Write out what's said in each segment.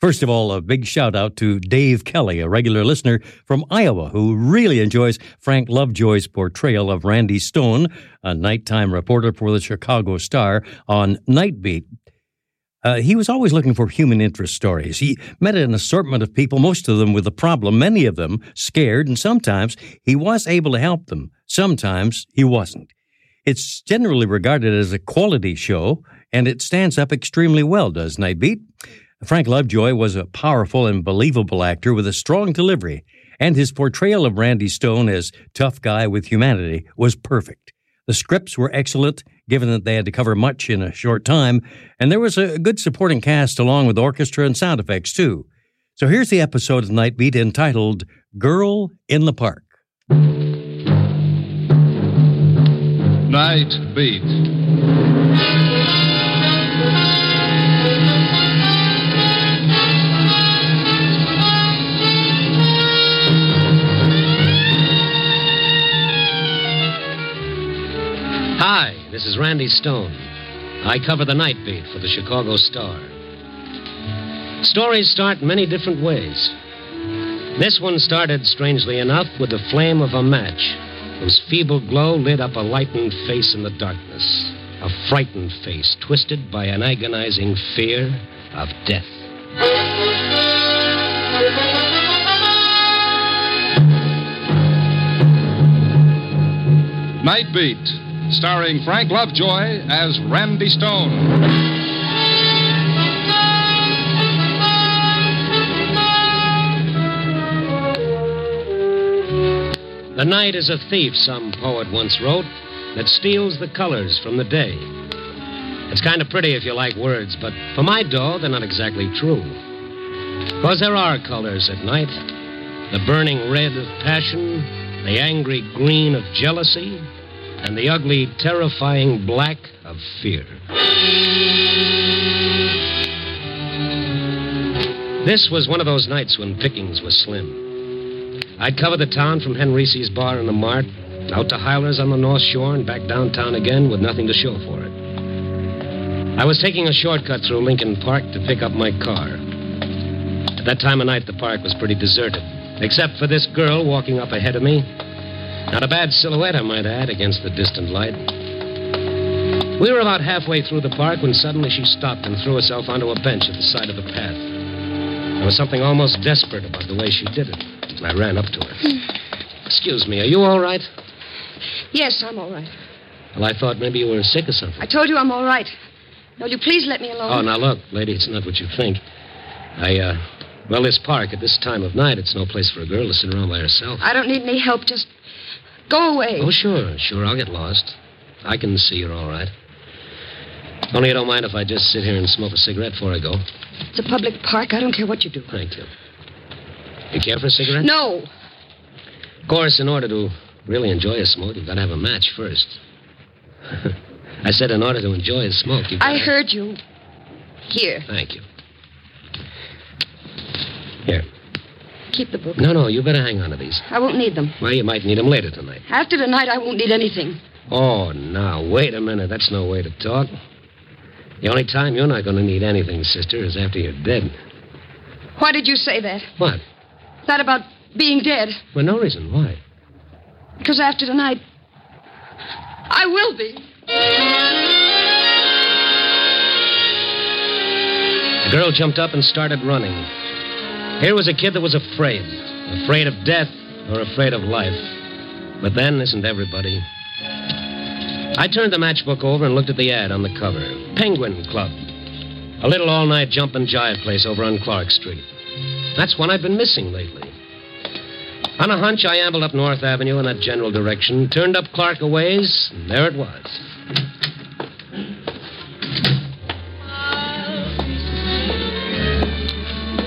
First of all, a big shout out to Dave Kelly, a regular listener from Iowa who really enjoys Frank Lovejoy's portrayal of Randy Stone, a nighttime reporter for the Chicago Star on Nightbeat. Uh, he was always looking for human interest stories. He met an assortment of people, most of them with a problem, many of them scared, and sometimes he was able to help them. Sometimes he wasn't. It's generally regarded as a quality show, and it stands up extremely well, does Nightbeat? Frank Lovejoy was a powerful and believable actor with a strong delivery, and his portrayal of Randy Stone as tough guy with humanity was perfect. The scripts were excellent, given that they had to cover much in a short time, and there was a good supporting cast along with orchestra and sound effects, too. So here's the episode of Nightbeat entitled Girl in the Park. Night beat. Hi, this is Randy Stone. I cover the night beat for the Chicago Star. Stories start many different ways. This one started, strangely enough, with the flame of a match, whose feeble glow lit up a lightened face in the darkness. A frightened face twisted by an agonizing fear of death. Night beat. Starring Frank Lovejoy as Randy Stone. The night is a thief, some poet once wrote, that steals the colors from the day. It's kind of pretty if you like words, but for my dough, they're not exactly true. Because there are colors at night the burning red of passion, the angry green of jealousy, and the ugly, terrifying black of fear. This was one of those nights when pickings were slim. I'd cover the town from Henrice's bar in the mart, out to Hyler's on the North Shore, and back downtown again with nothing to show for it. I was taking a shortcut through Lincoln Park to pick up my car. At that time of night, the park was pretty deserted, except for this girl walking up ahead of me. Not a bad silhouette, I might add, against the distant light. We were about halfway through the park when suddenly she stopped and threw herself onto a bench at the side of the path. There was something almost desperate about the way she did it. I ran up to her. Excuse me, are you all right? Yes, I'm all right. Well, I thought maybe you were sick or something. I told you I'm all right. Will you please let me Oh, alone? now look, lady, it's not what you think. I, uh, well, this park at this time of night, it's no place for a girl to sit around by herself. I don't need any help. Just go away. Oh, sure, sure, I'll get lost. I can see you're all right. Only you don't mind if I just sit here and smoke a cigarette before I go. It's a public park. I don't care what you do. Thank you. You care for a cigarette? No. Of course, in order to really enjoy a smoke, you've got to have a match first. I said, in order to enjoy a smoke, you've got I heard you. Here, Thank you. Here. keep the book. No, no, you better hang on to these. I won't need them. Well, you might need 'em later tonight. After tonight, I won't need anything. Oh, now, wait a minute. That's no way to talk. The only time you're not going to need anything, sister, is after you're dead. Why did you say that? What? That about being dead? Well, no reason. Why? Because after tonight, I will be. The girl jumped up and started running. Here was a kid that was afraid. Afraid of death or afraid of life. But then, isn't everybody? I turned the matchbook over and looked at the ad on the cover Penguin Club. A little all night jump and jive place over on Clark Street. That's one I've been missing lately. On a hunch, I ambled up North Avenue in that general direction, turned up Clark a ways, and there it was.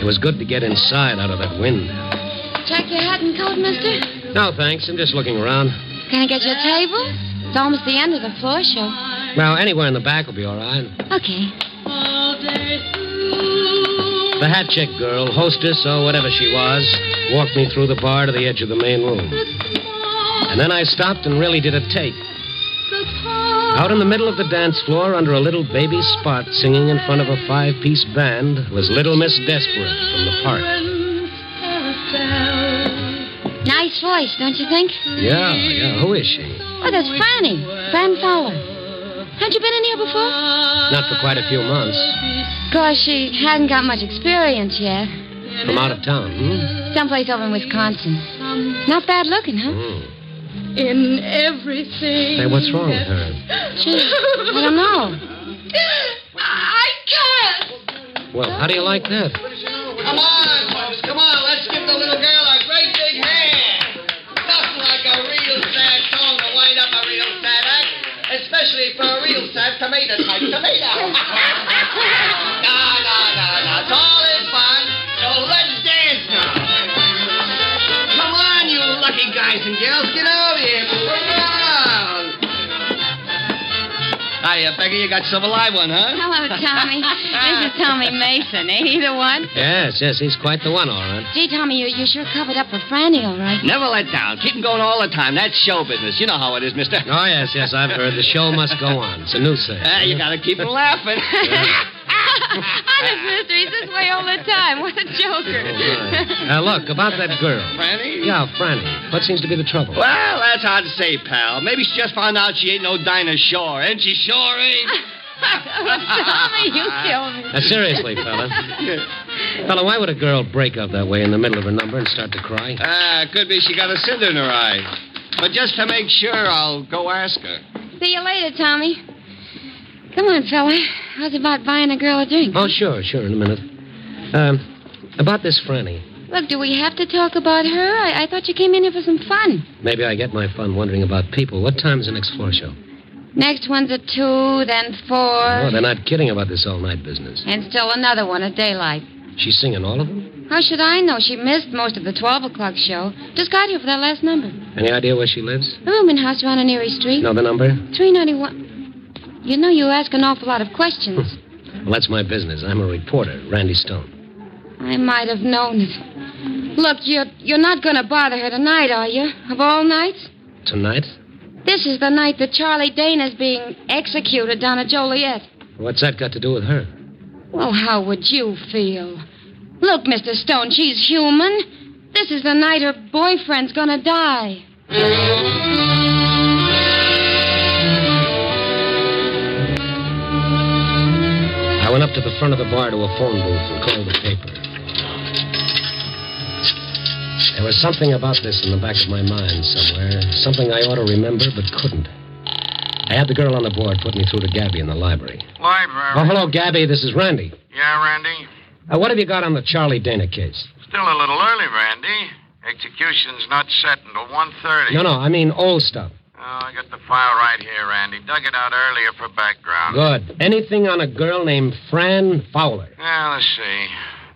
It was good to get inside out of that wind. Check your hat and coat, mister. No, thanks. I'm just looking around. Can I get you a table? It's almost the end of the floor show. Well, anywhere in the back will be all right. Okay. The hat chick girl, hostess or whatever she was, walked me through the bar to the edge of the main room. And then I stopped and really did a take. Out in the middle of the dance floor, under a little baby spot, singing in front of a five piece band, was Little Miss Desperate from the park. Nice voice, don't you think? Yeah, yeah. Who is she? Oh, that's Franny. Fran Fowler. Had you been in here before? Not for quite a few months. Of course, she hadn't got much experience yet. From out of town, hmm? Someplace over in Wisconsin. Not bad looking, huh? Hmm. In everything. Say, what's wrong with her? Gee, I don't know. I can't. Well, how do you like that? Come on, folks, come on. Let's give the little girl a great big hand. Nothing like a real sad song to wind up a real sad act, especially for a real sad tomato type tomato. no, no, no, no. It's all in fun. So let's dance now. Come on, you lucky guys and girls. Get over here. Move around. Hiya, Becky. You got yourself a live one, huh? Hello, Tommy. this is Tommy Mason. Eh? Either one. Yes, yes, he's quite the one, all right. Gee, Tommy, you, you sure covered up for Franny, all right. Never let down. Keep 'em going all the time. That's show business. You know how it is, mister. Oh, yes, yes, I've heard. The show must go on. It's a new saying. Ah, you gotta keep 'em laughing. Honest, mister, he's this way all the time. What a joker. Now, look, about that girl. Franny? Yeah, Franny. What seems to be the trouble? Well, that's hard to say, pal. Maybe she just found out she ain't no Dinah Shore, and she sure ain't. Tommy, you killed me. Now, seriously, fella. Fella, why would a girl break up that way in the middle of her number and start to cry? Ah, could be she got a cinder in her eye. But just to make sure, I'll go ask her. See you later, Tommy. Come on, fella. How's about buying a girl a drink? Oh, sure, sure, in a minute. Um, about this Franny. Look, do we have to talk about her? I, I thought you came in here for some fun. Maybe I get my fun wondering about people. What time's the next floor show? Next one's a two, then four, Oh, they're not kidding about this all night business. and still another one at daylight. She's singing all of them? How should I know? She missed most of the 12 o'clock show. Just got here for that last number. Any idea where she lives? A rooming house around on Erie Street. Know the number? 391. You know, you ask an awful lot of questions. Well, that's my business. I'm a reporter, Randy Stone. I might have known it. Look, you're, you're not going to bother her tonight, are you? Of all nights? Tonight? This is the night that Charlie Dane is being executed down at Joliet. What's that got to do with her? Well, how would you feel? Look, Mr. Stone, she's human. This is the night her boyfriend's gonna die. I went up to the front of the bar to a phone booth and called the paper. There was something about this in the back of my mind somewhere, something I ought to remember but couldn't. I had the girl on the board put me through to Gabby in the library. Oh, Library. hello, Gabby. This is Randy. Yeah, Randy. Uh, what have you got on the Charlie Dana case? Still a little early, Randy. Execution's not set until 1.30. No, no, I mean old stuff. Oh, I got the file right here, Randy. Dug it out earlier for background. Good. Anything on a girl named Fran Fowler? Yeah, let's see.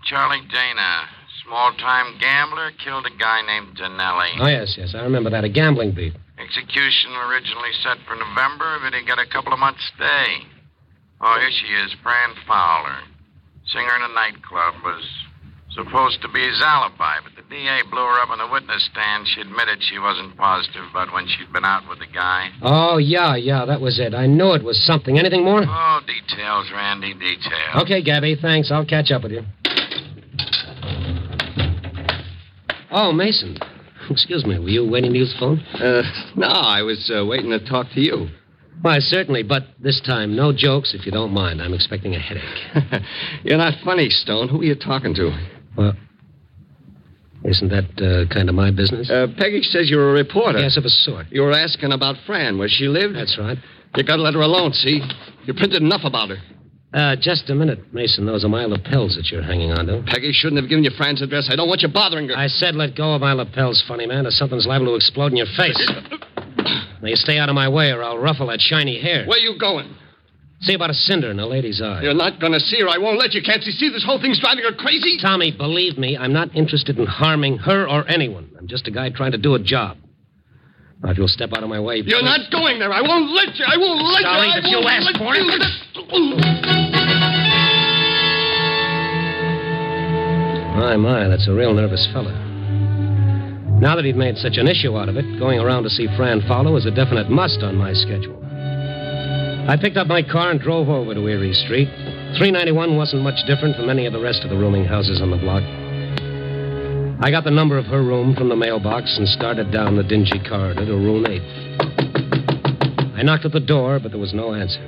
Charlie Dana, small-time gambler, killed a guy named Denelli. Oh, yes, yes. I remember that. A gambling beat. Execution originally set for November, but he got a couple of months' stay. Oh, here she is, Fran Fowler. Singer in a nightclub was supposed to be his alibi, but the DA blew her up on the witness stand. She admitted she wasn't positive about when she'd been out with the guy. Oh, yeah, yeah. That was it. I knew it was something. Anything more? Oh, details, Randy, details. Okay, Gabby. Thanks. I'll catch up with you. Oh, Mason. Excuse me. Were you waiting to use the phone? Uh, no, I was uh, waiting to talk to you. Why, certainly. But this time, no jokes, if you don't mind. I'm expecting a headache. You're not funny, Stone. Who are you talking to? Isn't that uh, kind of my business? Uh, Peggy says you're a reporter. yes, of a sort. You were asking about Fran, where she lived. That's right. You gotta let her alone, see? You printed enough about her. Uh, just a minute, Mason. Those are my lapels that you're hanging on to. Peggy shouldn't have given you Fran's address. I don't want you bothering her. I said let go of my lapels, funny man, or something's liable to explode in your face. now you stay out of my way or I'll ruffle that shiny hair. Where you going? See about a cinder in a lady's eye. You're not gonna see her. I won't let you. Can't you see this whole thing's driving her crazy? Tommy, believe me, I'm not interested in harming her or anyone. I'm just a guy trying to do a job. Now, if you'll step out of my way, You're please- not going there. I won't let you. I won't let Darling, you. I but you won't asked let for you. My, my, that's a real nervous fella. Now that he'd made such an issue out of it, going around to see Fran Fowler was a definite must on my schedule. I picked up my car and drove over to Erie Street. 391 wasn't much different from any of the rest of the rooming houses on the block. I got the number of her room from the mailbox and started down the dingy corridor to room 8. I knocked at the door, but there was no answer.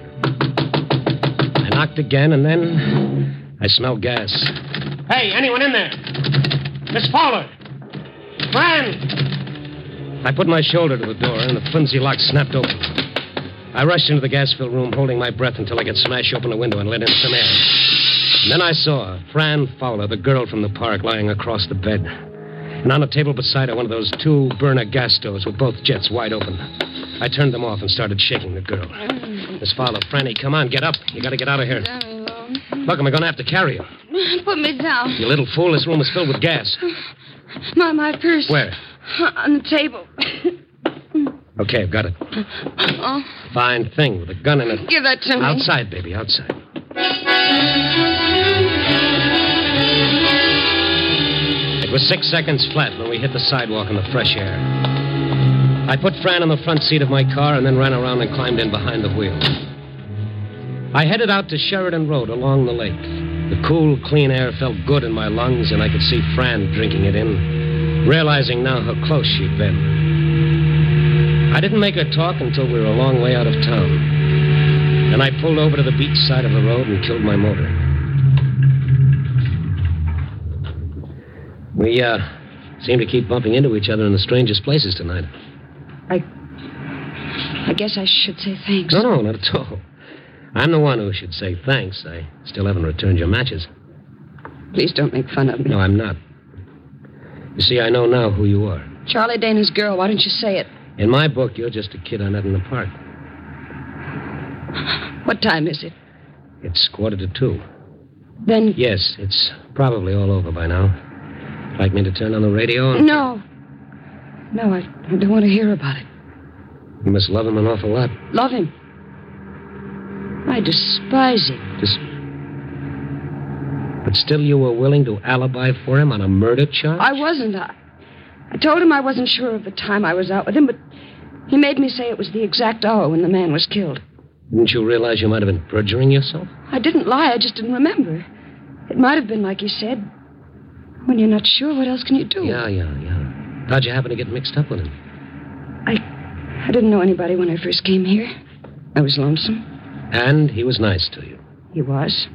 I knocked again, and then I smelled gas. Hey, anyone in there? Miss Fowler! Fran! I put my shoulder to the door, and the flimsy lock snapped open. I rushed into the gas-filled room, holding my breath until I could smash open a window and let in some air. And then I saw Fran Fowler, the girl from the park, lying across the bed. And on the table beside her, one of those two burner gas stoves with both jets wide open. I turned them off and started shaking the girl. Miss Fowler, Franny, come on, get up. You gotta get out of here. Let me alone. Look, am I gonna have to carry you? Put me down. You little fool, this room is filled with gas. My, my purse. Where? On the table. Okay, I've got it. oh, Fine thing with a gun in it. give that to me. Outside, baby, outside. It was six seconds flat when we hit the sidewalk in the fresh air. I put Fran on the front seat of my car and then ran around and climbed in behind the wheel. I headed out to Sheridan Road along the lake. The cool, clean air felt good in my lungs, and I could see Fran drinking it in, realizing now how close she'd been. I didn't make her talk until we were a long way out of town. Then I pulled over to the beach side of the road and killed my motor. We, uh, seem to keep bumping into each other in the strangest places tonight. I guess I should say thanks. No, no, not at all. I'm the one who should say thanks. I still haven't returned your matches. Please don't make fun of me. No, I'm not. You see, I know now who you are. Charlie Dana's girl. Why don't you say it? In my book, you're just a kid I met in the park. What time is it? It's quarter to two. Then. Yes, it's probably all over by now. Like me to turn on the radio and. No. No, I, I don't want to hear about it. You must love him an awful lot. Love him. I despise him. Just. But still, you were willing to alibi for him on a murder charge? I wasn't. I, I told him I wasn't sure of the time I was out with him, but he made me say it was the exact hour when the man was killed. Didn't you realize you might have been perjuring yourself? I didn't lie, I just didn't remember. It might have been like he said. When you're not sure, what else can you do? Yeah, yeah, yeah. How'd you happen to get mixed up with him? I, I didn't know anybody when I first came here. I was lonesome. And he was nice to you. He was.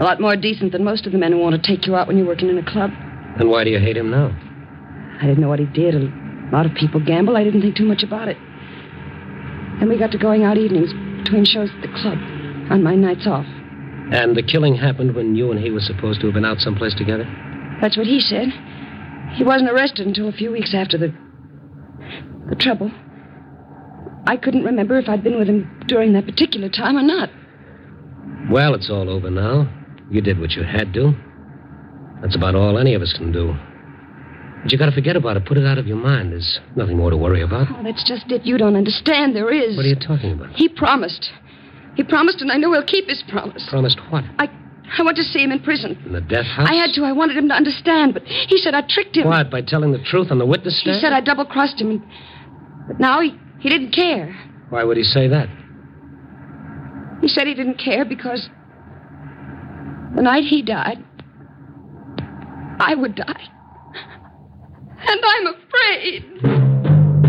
A lot more decent than most of the men who want to take you out when you're working in a club. Then why do you hate him now? I didn't know what he did. A lot of people gamble. I didn't think too much about it. Then we got to going out evenings between shows at the club on my nights off. And the killing happened when you and he were supposed to have been out someplace together? That's what he said. He wasn't arrested until a few weeks after the the trouble. I couldn't remember if I'd been with him during that particular time or not. Well, it's all over now. You did what you had to. That's about all any of us can do. But you gotta forget about it. Put it out of your mind. There's nothing more to worry about. Oh, that's just it. You don't understand. There is. What are you talking about? He promised. He promised, and I know he'll keep his promise. Promised what? I I want to see him in prison. In the death house? I had to. I wanted him to understand, but he said I tricked him. What, by telling the truth on the witness He stand? said I double crossed him, and, but now he, he didn't care. Why would he say that? He said he didn't care because the night he died, I would die. And I'm afraid.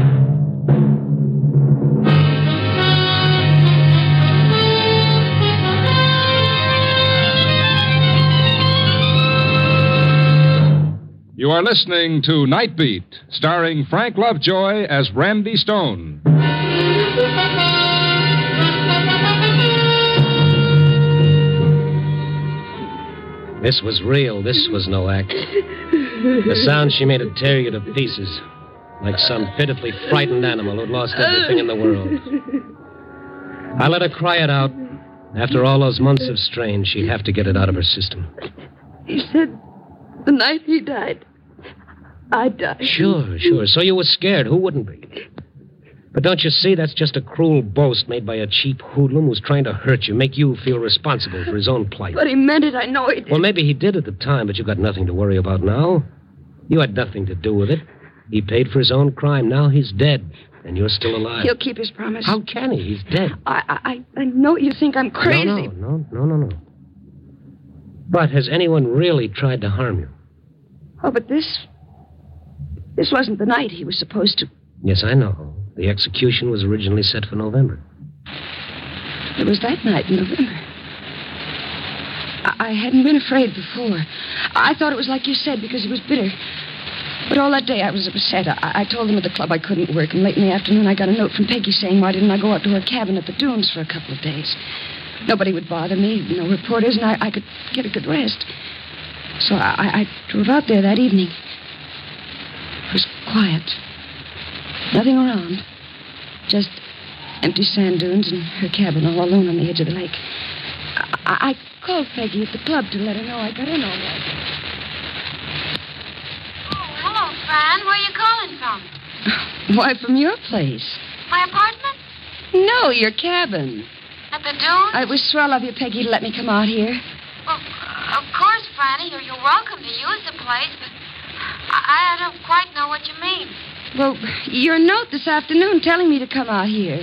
You are listening to Night Beat, starring Frank Lovejoy as Randy Stone. This was real. This was no act. The sound she made would tear you to pieces, like some pitifully frightened animal who'd lost everything in the world. I let her cry it out. After all those months of strain, she'd have to get it out of her system. He said the night he died, I died. Sure, sure. So you were scared. Who wouldn't be? But don't you see, that's just a cruel boast made by a cheap hoodlum who's trying to hurt you, make you feel responsible for his own plight. But he meant it. I know he did. Well, maybe he did at the time, but you got nothing to worry about now. You had nothing to do with it. He paid for his own crime. Now he's dead, and you're still alive. He'll keep his promise. How can he? He's dead. I, I, I know you think I'm crazy. No, no, no, no, no, no. But has anyone really tried to harm you? Oh, but this. This wasn't the night he was supposed to. Yes, I know. The execution was originally set for November. It was that night in November. I, I hadn't been afraid before. I thought it was like you said because he was bitter. But all that day I was upset. I, I told them at the club I couldn't work, and late in the afternoon I got a note from Peggy saying why didn't I go out to her cabin at the dunes for a couple of days. Nobody would bother me, no reporters, and I, I could get a good rest. So I, I- I drove out there that evening. It was quiet. Nothing around. Just empty sand dunes and her cabin all alone on the edge of the lake. I, I I called Peggy at the club to let her know I got in all right. Oh, hello, Fran. Where are you calling from? Why, from your place? My apartment? No, your cabin. At the dune? It was swell of you, Peggy, to let me come out here. Well, of course, Franny. You're, you're welcome to use the place, but I, I don't quite know what you mean. Well, your note this afternoon telling me to come out here.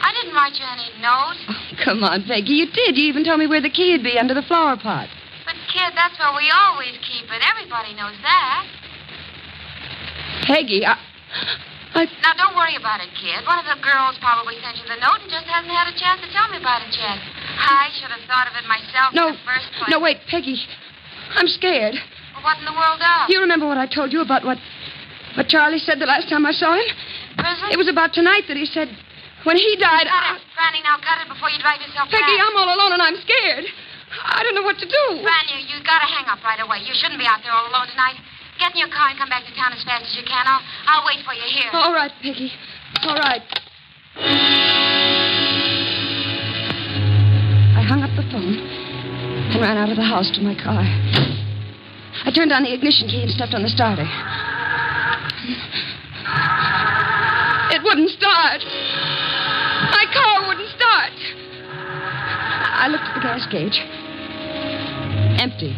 I didn't write you any note. Oh, come on, Peggy, you did. You even told me where the key would be under the flower pot. But, kid, that's where we always keep it. Everybody knows that. Peggy, I. I. Now, don't worry about it, kid. One of the girls probably sent you the note and just hasn't had a chance to tell me about it yet. I should have thought of it myself in No. the first place. No, wait, Peggy. I'm scared. Well, What in the world of? You remember what I told you about what. What Charlie said the last time I saw him? Prison? It was about tonight that he said. When he died, Got I. it, Franny. Now got it before you drive yourself Peggy, mad. I'm all alone and I'm scared. I don't know what to do. Franny, you gotta hang up right away. You shouldn't be out there all alone tonight. Get in your car and come back to town as fast as you can. I'll, I'll wait for you here. All right, Peggy. All right. I hung up the phone and ran out of the house to my car. I turned on the ignition key and stepped on the starter. It wouldn't start. My car wouldn't start. I looked at the gas gauge. Empty.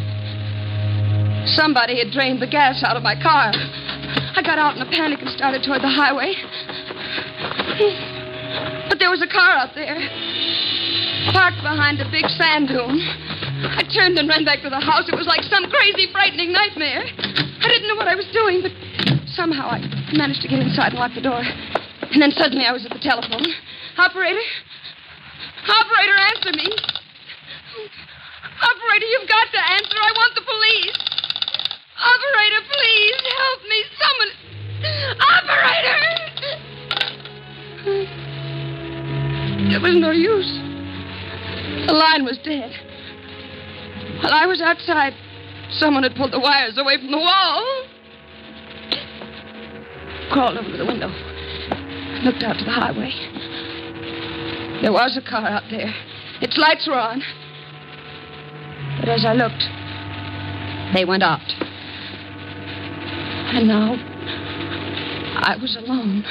Somebody had drained the gas out of my car. I got out in a panic and started toward the highway. But there was a car out there, parked behind a big sand dune. I turned and ran back to the house. It was like some crazy, frightening nightmare. I didn't know what I was doing, but somehow I managed to get inside and lock the door. And then suddenly I was at the telephone. Operator? Operator, answer me. Operator, you've got to answer. I want the police. Operator, please help me. Someone. Operator! It was no use. The line was dead. While I was outside, someone had pulled the wires away from the wall. Crawled over to the window. Looked out to the highway. There was a car out there. Its lights were on. But as I looked, they went out. And now I was alone.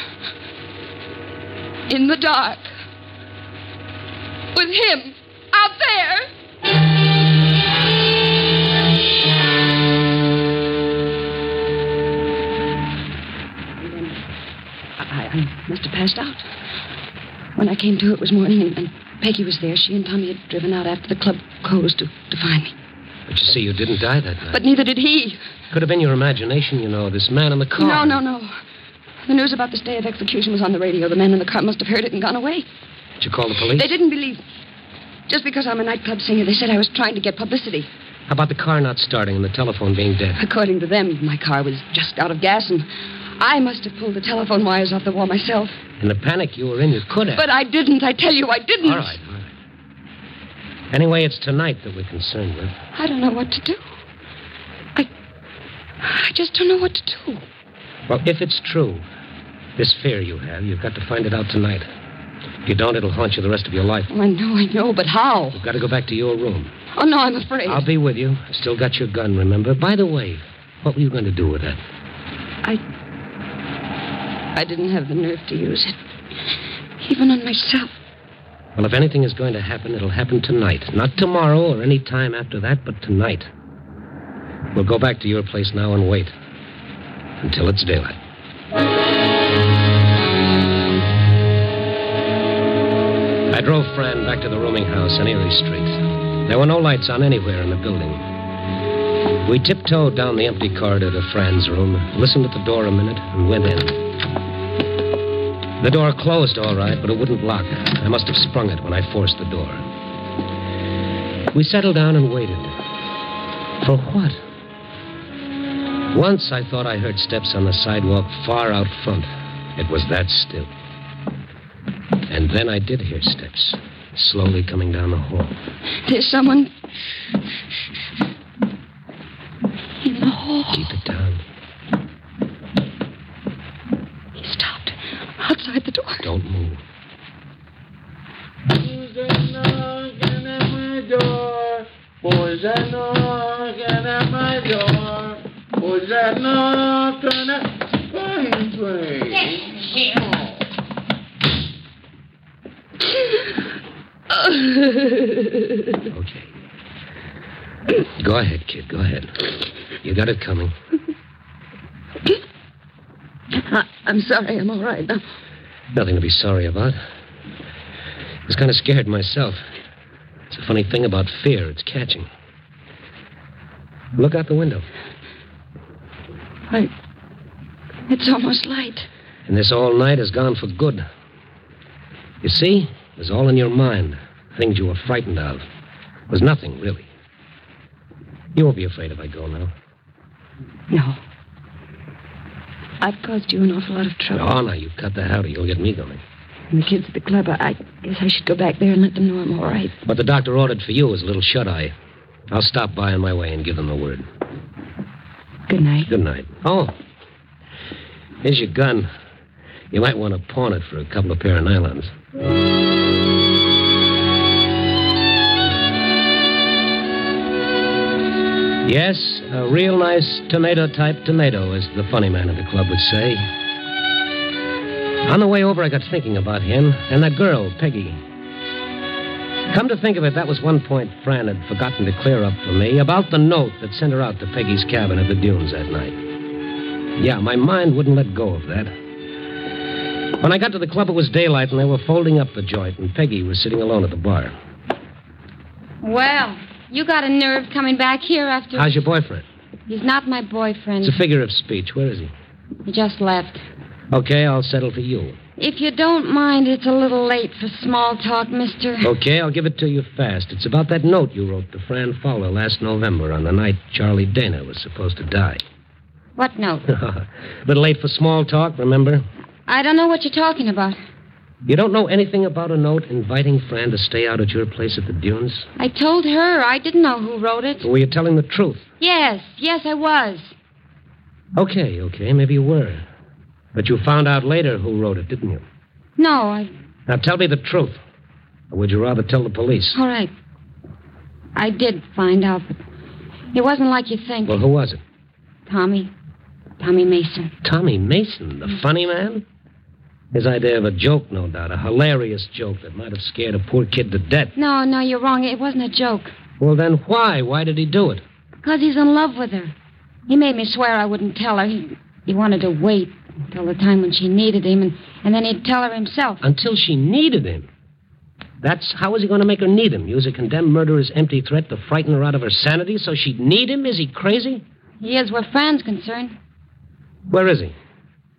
In the dark. With him out there. I, I must have passed out. When I came to, it was morning, and, and Peggy was there. She and Tommy had driven out after the club closed to, to find me. But you see, you didn't die that night. But neither did he. Could have been your imagination, you know, this man in the car. No, no, no. The news about this day of execution was on the radio. The man in the car must have heard it and gone away. Did you call the police? They didn't believe. me. Just because I'm a nightclub singer, they said I was trying to get publicity. How about the car not starting and the telephone being dead? According to them, my car was just out of gas, and I must have pulled the telephone wires off the wall myself. In the panic you were in, you could have. But I didn't. I tell you, I didn't. All right, all right. Anyway, it's tonight that we're concerned with. I don't know what to do. I just don't know what to do. Well, if it's true, this fear you have, you've got to find it out tonight. If you don't, it'll haunt you the rest of your life. Oh, I know, I know, but how? You've got to go back to your room. Oh, no, I'm afraid. I'll be with you. I still got your gun, remember? By the way, what were you going to do with that? I. I didn't have the nerve to use it. Even on myself. Well, if anything is going to happen, it'll happen tonight. Not tomorrow or any time after that, but tonight. We'll go back to your place now and wait until it's daylight. I drove Fran back to the rooming house on Erie Street. There were no lights on anywhere in the building. We tiptoed down the empty corridor to Fran's room, listened at the door a minute, and went in. The door closed all right, but it wouldn't lock. I must have sprung it when I forced the door. We settled down and waited. For what? Once I thought I heard steps on the sidewalk far out front. It was that still. And then I did hear steps, slowly coming down the hall. There's someone. In the hall. Keep it down. He stopped outside the door. Don't move. Who's that knocking at my door? Who's that knocking at my door? Who's that knocking at my door? Okay. Go ahead, kid. Go ahead. You got it coming. I, I'm sorry, I'm all right now. Nothing to be sorry about. I was kind of scared myself. It's a funny thing about fear. It's catching. Look out the window. I. It's almost light. And this all night is gone for good. You see, it was all in your mind. Things you were frightened of. It was nothing, really. You won't be afraid if I go now. No. I've caused you an awful lot of trouble. Oh, now you've cut the howdy. You'll get me going. And the kids at the club, I, I guess I should go back there and let them know I'm all right. What the doctor ordered for you is a little shut eye. I'll stop by on my way and give them the word. Good night. Good night. Oh, here's your gun. You might want to pawn it for a couple of pair of nylons. Yes, a real nice tomato type tomato, as the funny man at the club would say. On the way over, I got thinking about him and that girl, Peggy. Come to think of it, that was one point Fran had forgotten to clear up for me about the note that sent her out to Peggy's cabin at the dunes that night. Yeah, my mind wouldn't let go of that. When I got to the club, it was daylight and they were folding up the joint, and Peggy was sitting alone at the bar. Well, you got a nerve coming back here after. How's your boyfriend? He's not my boyfriend. It's a figure of speech. Where is he? He just left. Okay, I'll settle for you. If you don't mind, it's a little late for small talk, mister. Okay, I'll give it to you fast. It's about that note you wrote to Fran Fowler last November on the night Charlie Dana was supposed to die. What note? a little late for small talk, remember? I don't know what you're talking about. You don't know anything about a note inviting Fran to stay out at your place at the dunes? I told her I didn't know who wrote it. Or were you telling the truth? Yes, yes, I was. Okay, okay, maybe you were. But you found out later who wrote it, didn't you? No, I. Now tell me the truth. Or would you rather tell the police? All right. I did find out, but it wasn't like you think, Well, who was it? Tommy. Tommy Mason. Tommy Mason, the funny man? His idea of a joke, no doubt. A hilarious joke that might have scared a poor kid to death. No, no, you're wrong. It wasn't a joke. Well, then why? Why did he do it? Because he's in love with her. He made me swear I wouldn't tell her. He, he wanted to wait until the time when she needed him, and, and then he'd tell her himself. Until she needed him. That's how is he going to make her need him? Use a condemned murderer's empty threat to frighten her out of her sanity so she'd need him? Is he crazy? He is where Fran's concerned. Where is he?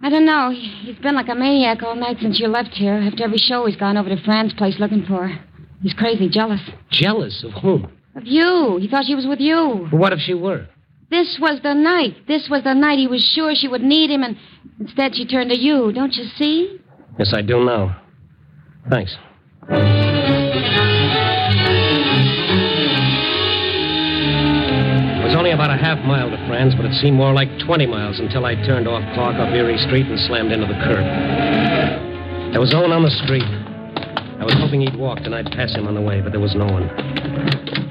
I don't know. He, he's been like a maniac all night since you left here. After every show, he's gone over to Fran's place looking for her. He's crazy jealous. Jealous of whom? Of you. He thought she was with you. What if she were? This was the night. This was the night he was sure she would need him, and instead she turned to you. Don't you see? Yes, I do now. Thanks. It was only about a half mile to France, but it seemed more like 20 miles until I turned off Clark up Erie Street and slammed into the curb. There was Owen on the street. I was hoping he'd walked and I'd pass him on the way, but there was no one.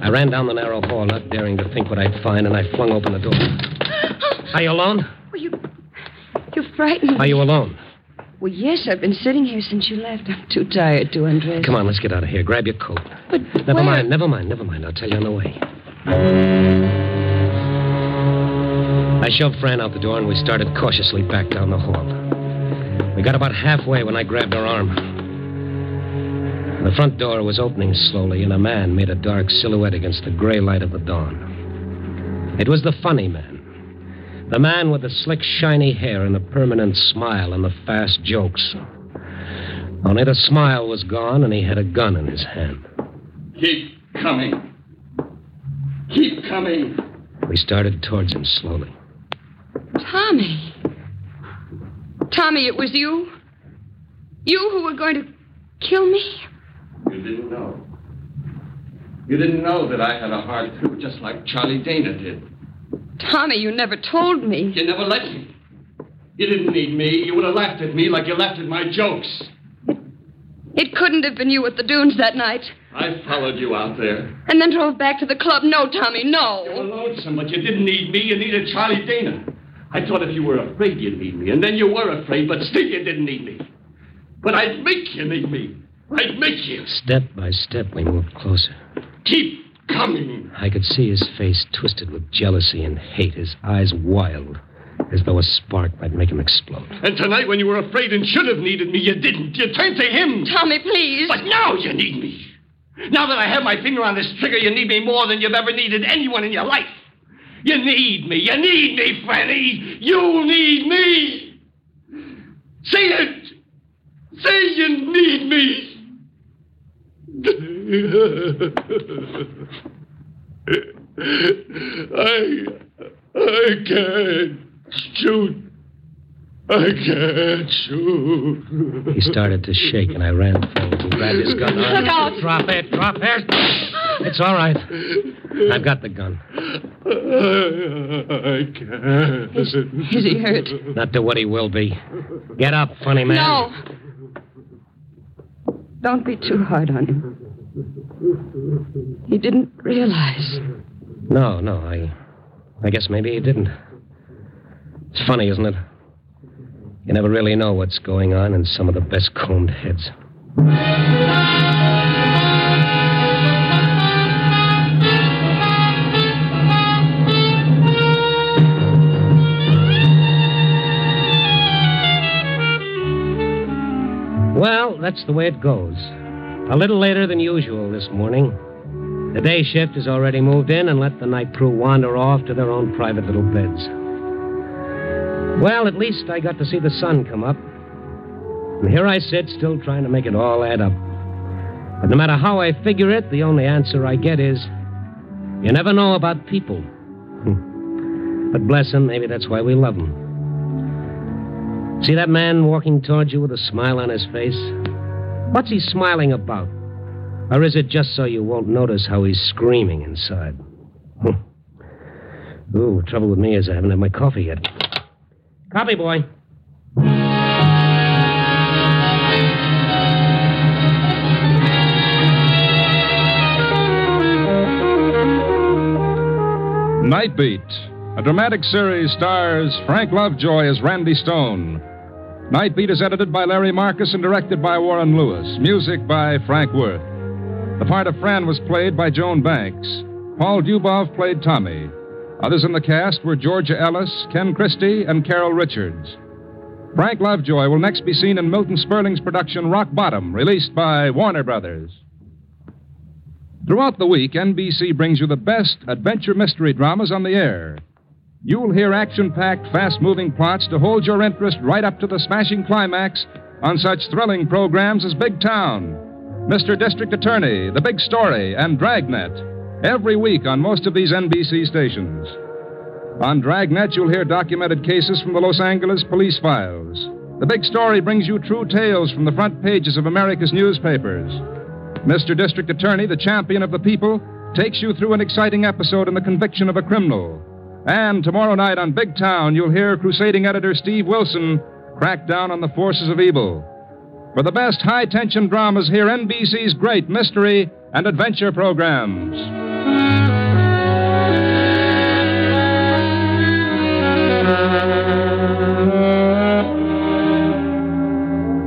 I ran down the narrow hall, not daring to think what I'd find, and I flung open the door. Are you alone? Well, you. You frightened me. Are you alone? Well, yes, I've been sitting here since you left. I'm too tired to undress. Come on, let's get out of here. Grab your coat. But Never where- mind, never mind, never mind. I'll tell you on the way. I shoved Fran out the door and we started cautiously back down the hall. We got about halfway when I grabbed her arm. The front door was opening slowly, and a man made a dark silhouette against the gray light of the dawn. It was the funny man. The man with the slick, shiny hair and the permanent smile and the fast jokes. Only the smile was gone, and he had a gun in his hand. Keep coming. Keep coming. We started towards him slowly. Tommy. Tommy, it was you? You who were going to kill me? You didn't know. You didn't know that I had a heart, too, just like Charlie Dana did. Tommy, you never told me. You never let me. You didn't need me. You would have laughed at me like you laughed at my jokes. It couldn't have been you at the dunes that night. I followed you out there. And then drove back to the club. No, Tommy, You were no. lonesome, but you didn't need me. You needed Charlie Dana. I thought if you were afraid, you'd need me. And then you were afraid, but still you didn't need me. But I'd make you need me. I'd make you. Step by step, we moved closer. Keep coming. I could see his face twisted with jealousy and hate, his eyes wild, as though a spark might make him explode. And tonight, when you were afraid and should have needed me, you didn't. You turned to him. Tommy, please. But now you need me. Now that I have my finger on this trigger, you need me more than you've ever needed anyone in your life. You need me. You need me, Fanny. You need me. Say it. Say you need me. I I can't shoot. I can't shoot. He started to shake, and I ran forward and grabbed his gun. Look out. Drop it, drop it. It's all right. I've got the gun. I can't. Is he hurt? Not to what he will be. Get up, funny man. No. Don't be too hard on him. He didn't realize. No, no, I I guess maybe he didn't. It's funny, isn't it? You never really know what's going on in some of the best combed heads. Well, that's the way it goes. A little later than usual this morning. The day shift has already moved in and let the night crew wander off to their own private little beds. Well, at least I got to see the sun come up. And here I sit, still trying to make it all add up. But no matter how I figure it, the only answer I get is you never know about people. Hmm. but bless 'em, maybe that's why we love 'em. See that man walking towards you with a smile on his face? What's he smiling about? Or is it just so you won't notice how he's screaming inside? Hmm. Ooh, trouble with me is I haven't had my coffee yet. Copy, boy. Nightbeat, a dramatic series, stars Frank Lovejoy as Randy Stone. Nightbeat is edited by Larry Marcus and directed by Warren Lewis. Music by Frank Worth. The part of Fran was played by Joan Banks. Paul Dubov played Tommy. Others in the cast were Georgia Ellis, Ken Christie, and Carol Richards. Frank Lovejoy will next be seen in Milton Sperling's production Rock Bottom, released by Warner Brothers. Throughout the week, NBC brings you the best adventure mystery dramas on the air. You'll hear action packed, fast moving plots to hold your interest right up to the smashing climax on such thrilling programs as Big Town, Mr. District Attorney, The Big Story, and Dragnet. Every week on most of these NBC stations. On Dragnet, you'll hear documented cases from the Los Angeles police files. The Big Story brings you true tales from the front pages of America's newspapers. Mr. District Attorney, the champion of the people, takes you through an exciting episode in the conviction of a criminal. And tomorrow night on Big Town, you'll hear crusading editor Steve Wilson crack down on the forces of evil. For the best high tension dramas, hear NBC's great mystery and adventure programs.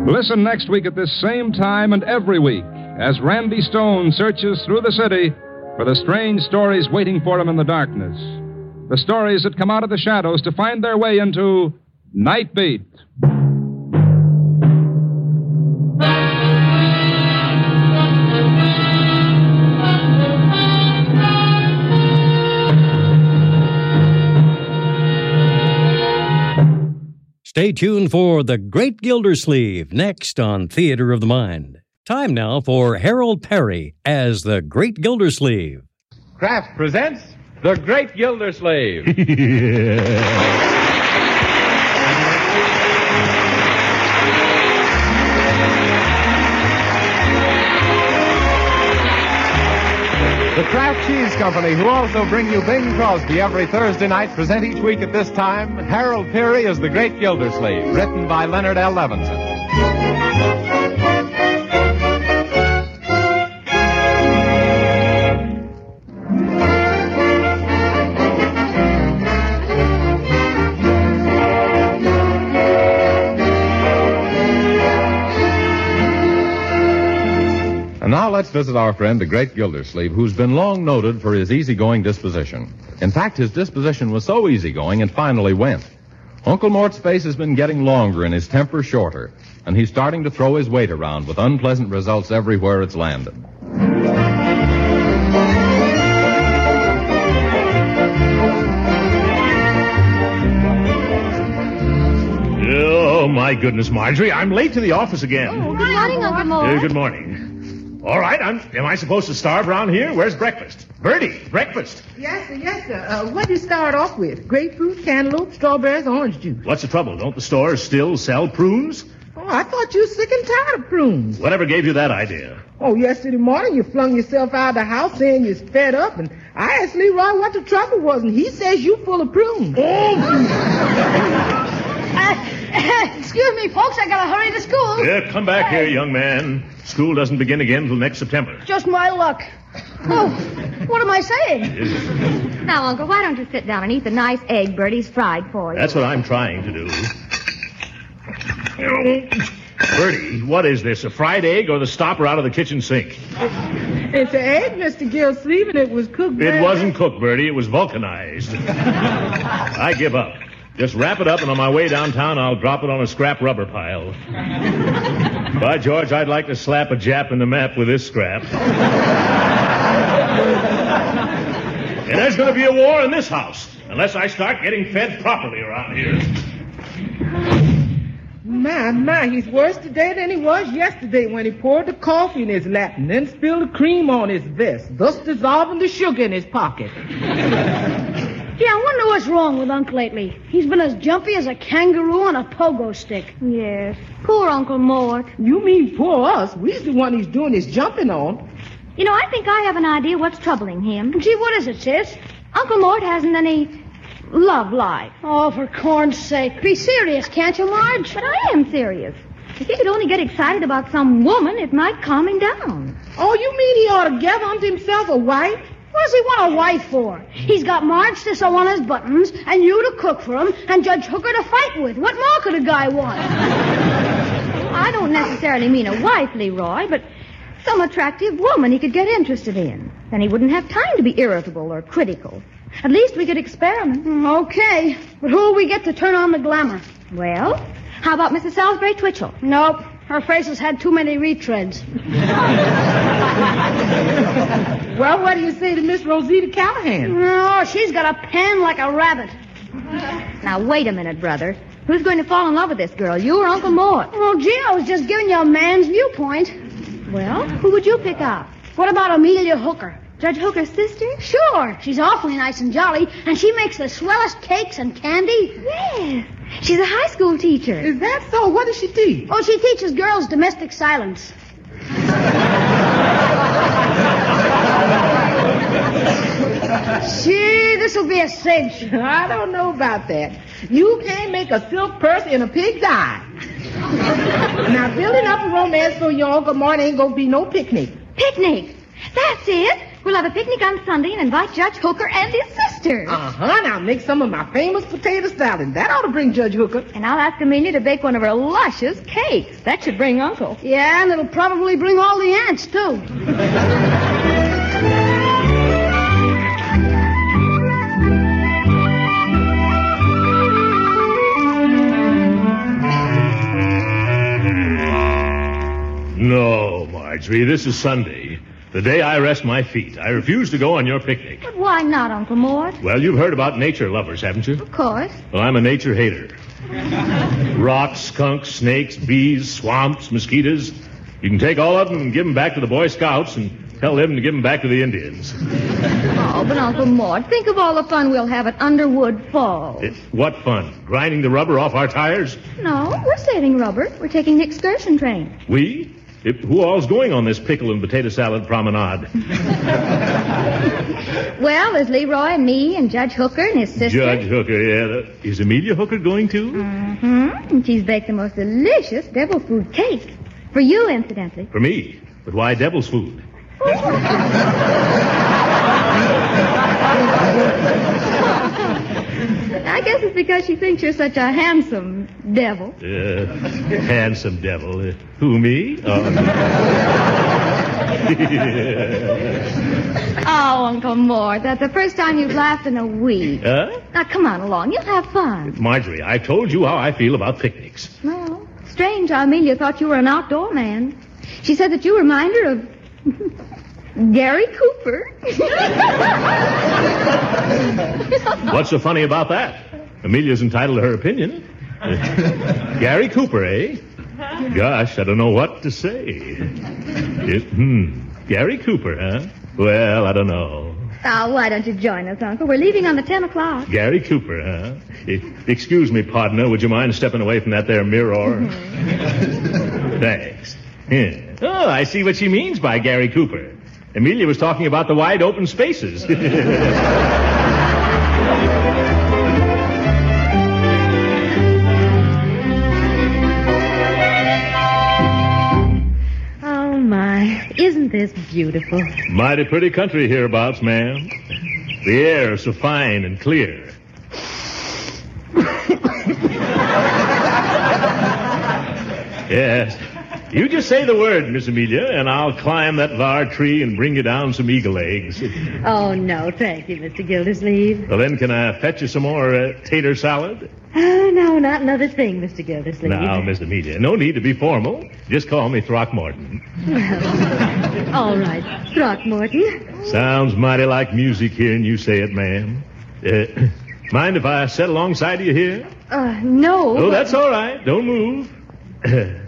Listen next week at this same time and every week as Randy Stone searches through the city for the strange stories waiting for him in the darkness. The stories that come out of the shadows to find their way into Night Beat. Stay tuned for The Great Gildersleeve next on Theater of the Mind. Time now for Harold Perry as The Great Gildersleeve. Kraft presents The Great Gildersleeve. The Kraft Cheese Company, who also bring you Bing Crosby every Thursday night, present each week at this time Harold Peary as The Great Gildersleeve, written by Leonard L. Levinson. And now let's visit our friend, the great Gildersleeve, who's been long noted for his easygoing disposition. In fact, his disposition was so easygoing it finally went. Uncle Mort's face has been getting longer and his temper shorter, and he's starting to throw his weight around with unpleasant results everywhere it's landed. Oh, my goodness, Marjorie, I'm late to the office Oh, again. Good morning, Uncle Mort. Uh, good morning. All right, I'm, am I supposed to starve around here? Where's breakfast? Bertie, breakfast. Yes, sir, yes, sir. Uh, what do you start off with? Grapefruit, cantaloupe, strawberries, orange juice. What's the trouble? Don't the stores still sell prunes? Oh, I thought you were sick and tired of prunes. Whatever gave you that idea? Oh, yesterday morning you flung yourself out of the house saying you're fed up, and I asked Leroy what the trouble was, and he says you full of prunes. Oh, Uh, Excuse me, folks. I gotta hurry to Oh. school. Yeah, Uh, come back here, young man. School doesn't begin again till next September. Just my luck. Oh, what am I saying? Now, Uncle, why don't you sit down and eat the nice egg Bertie's fried for you? That's what I'm trying to do. Bertie, what is this, a fried egg or the stopper out of the kitchen sink? It's an egg, Mr. Gilsleeve, and it was cooked. It wasn't cooked, Bertie. It was vulcanized. I give up. Just wrap it up, and on my way downtown, I'll drop it on a scrap rubber pile. By George, I'd like to slap a Jap in the map with this scrap. and there's going to be a war in this house unless I start getting fed properly around here. My, my, he's worse today than he was yesterday when he poured the coffee in his lap and then spilled the cream on his vest, thus dissolving the sugar in his pocket. Gee, I wonder what's wrong with Unc lately. He's been as jumpy as a kangaroo on a pogo stick. Yes. Poor Uncle Mort. You mean poor us? We's the one he's doing his jumping on. You know, I think I have an idea what's troubling him. Gee, what is it, sis? Uncle Mort hasn't any love life. Oh, for corn's sake. Be serious, can't you, Marge? But I am serious. If he could only get excited about some woman, it might calm him down. Oh, you mean he ought to gather unto himself a wife? What does he want a wife for? He's got Marge to sew on his buttons, and you to cook for him, and Judge Hooker to fight with. What more could a guy want? I don't necessarily mean a wife, Leroy, but some attractive woman he could get interested in. Then he wouldn't have time to be irritable or critical. At least we could experiment. Hmm, Okay, but who'll we get to turn on the glamour? Well, how about Mrs. Salisbury Twitchell? Nope. Her face has had too many retreads. Well, what do you say to Miss Rosita Callahan? No, Oh, she's got a pen like a rabbit. Now, wait a minute, brother. Who's going to fall in love with this girl, you or Uncle Mort? Well, gee, I was just giving you a man's viewpoint. Well, who would you pick up? What about Amelia Hooker? Judge Hooker's sister? Sure, she's awfully nice and jolly, and she makes the swellest cakes and candy. Yes. She's a high school teacher. Is that so? What does she teach? Oh, she teaches girls domestic silence. Gee, this'll be a cinch. I don't know about that. You can't make a silk purse in a pig's eye. now, building up a romance for your Uncle Mort ain't gonna be no picnic. Picnic? That's it. We'll have a picnic on Sunday and invite Judge Hooker and his sisters. Uh-huh, and I'll make some of my famous potato salad. That ought to bring Judge Hooker. And I'll ask Amelia to bake one of her luscious cakes. That should bring Uncle. Yeah, and it'll probably bring all the ants, too. No, Marjorie, this is Sunday, the day I rest my feet. I refuse to go on your picnic. But why not, Uncle Mort? Well, you've heard about nature lovers, haven't you? Of course. Well, I'm a nature hater. Rocks, skunks, snakes, bees, swamps, mosquitoes. You can take all of them and give them back to the Boy Scouts and tell them to give them back to the Indians. Oh, but Uncle Mort, think of all the fun we'll have at Underwood Falls. Eh, What fun. Grinding the rubber off our tires? No, we're saving rubber. We're taking the excursion train. We? Eh, Who all's going on this pickle and potato salad promenade? Well, there's Leroy and me and Judge Hooker and his sister. Judge Hooker, yeah. that- Is Amelia Hooker going too? Mm-hmm. And she's baked the most delicious devil food cake. For you, incidentally. For me. But why devil's food? I guess it's because she thinks you're such a handsome devil. Uh, handsome devil. Uh, who, me? Uh, Oh. Oh, Uncle Mort, that's the first time you've laughed in a week. huh? Now, come on along. You'll have fun. Marjorie, I told you how I feel about picnics. Well, strange how Amelia thought you were an outdoor man. She said that you remind her of Gary Cooper. What's so funny about that? Amelia's entitled to her opinion. Gary Cooper, eh? Gosh, I don't know what to say. It- hmm. Gary Cooper, huh? Well, I don't know. oh, why don't you join us, Uncle? We're leaving on the 10 o'clock. Gary Cooper, huh? Eh, excuse me, partner. Would you mind stepping away from that there mirror? Thanks. Yeah. Oh, I see what she means by Gary Cooper. Amelia was talking about the wide open spaces. Oh, my. Isn't this beautiful? Mighty pretty country hereabouts, ma'am. The air is so fine and clear. yes. You just say the word, Miss Amelia, and I'll climb that var tree and bring you down some eagle eggs. Oh, no, thank you, Mr. Gildersleeve. Well, then, can I fetch you some more uh, tater salad? Oh, no, not another thing, Mr. Gildersleeve. Now, Miss Amelia, no need to be formal. Just call me Throckmorton. All right, Throckmorton. Sounds mighty like music hearing you say it, ma'am. Uh, mind if I sit alongside of you here? Uh, no. Oh, that's all right. Don't move. Yeah.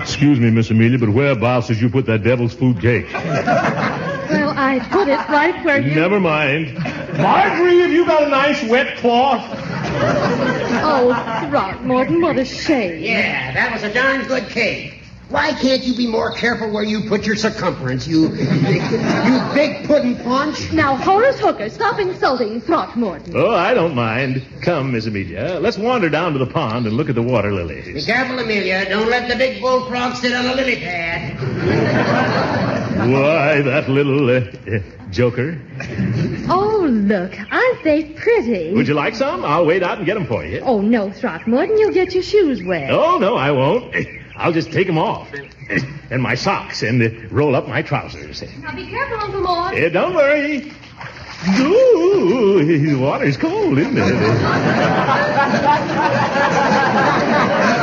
Excuse me, Miss Amelia, but whereabouts did you put that devil's food cake? Well, I put it right where you... Never mind. Marjorie, have you got a nice wet cloth? Oh, Throckmorton, what a shame. Yeah, that was a darn good cake. Why can't you be more careful where you put your circumference, you you big pudding punch? Now, Horace Hooker, stop insulting Throckmorton. Oh, I don't mind. Come, Miss Amelia, let's wander down to the pond and look at the water lilies. Be careful, Amelia. Don't let the big bullfrog sit on the lily pad. Why, that little uh, uh, joker. Oh, look, aren't they pretty? Would you like some? I'll wait out and get them for you. Oh, no, Throckmorton, you'll get your shoes wet. Oh, no, I won't. I'll just take them off. And my socks and uh, roll up my trousers. Now, be careful, Uncle Mort. Eh, don't worry. Ooh, the water's cold, isn't it?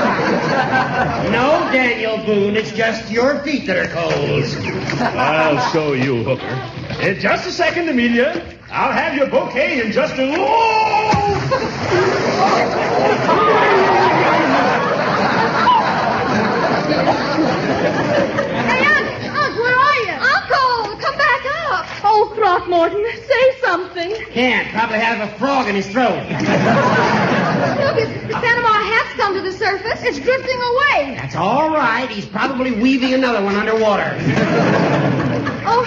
No, Daniel Boone, it's just your feet that are cold. I'll show you, Hooker. In just a second, Amelia. I'll have your bouquet in just a... Hey, Unc, Unc, where are you? Uncle, come back up. Oh, Throckmorton, say something. Can't. Probably have a frog in his throat. Look, it's, the Panama hat's come to the surface. It's drifting away. That's all right. He's probably weaving another one underwater. Oh,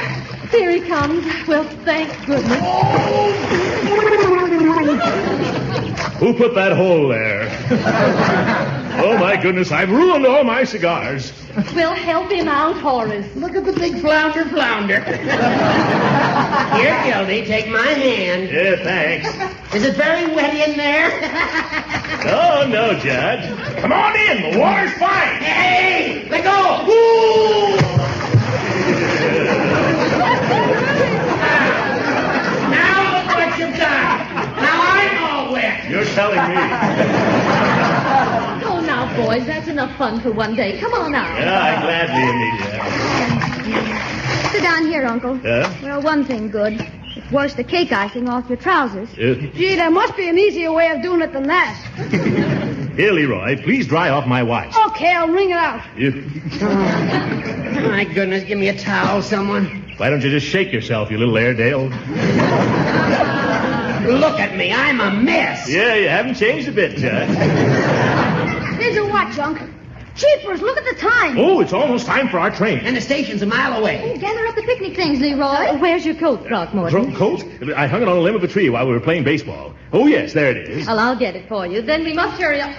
Here he comes. Well, thank goodness. Who put that hole there? oh, my goodness, I've ruined all my cigars. We'll help him out, Horace. Look at the big flounder flounder. Here, Gildy, take my hand. Yeah, thanks. Is it very wet in there? Oh, no, Judge. Come on in. The water's fine. Hey, let go! now look what you've done. Now I'm all wet. You're telling me. Oh, now, boys, that's enough fun for one day. Come on out. Yeah, I gladly admit Sit down here, Uncle. Uh. Yeah? Well, one thing good. It washed the cake icing off your trousers. it. Gee, there must be an easier way of doing it than that. Uh, here, Leroy, please dry off my watch. Okay, I'll wring it out. You- my goodness, give me a towel, someone. why don't you just shake yourself, you little Airedale? Look at me, I'm a mess. Yeah, you haven't changed a bit, Judge. Here's your watch, Unc. Cheapers, look at the time. Oh, it's almost time for our train. And the station's a mile away. Oh, gather up the picnic things, Leroy. Uh, where's your coat, Throat Throckmorton? coat? I hung it on a limb of a tree while we were playing baseball. Oh, yes, there it is. Well, I'll get it for you. Then we must hurry up.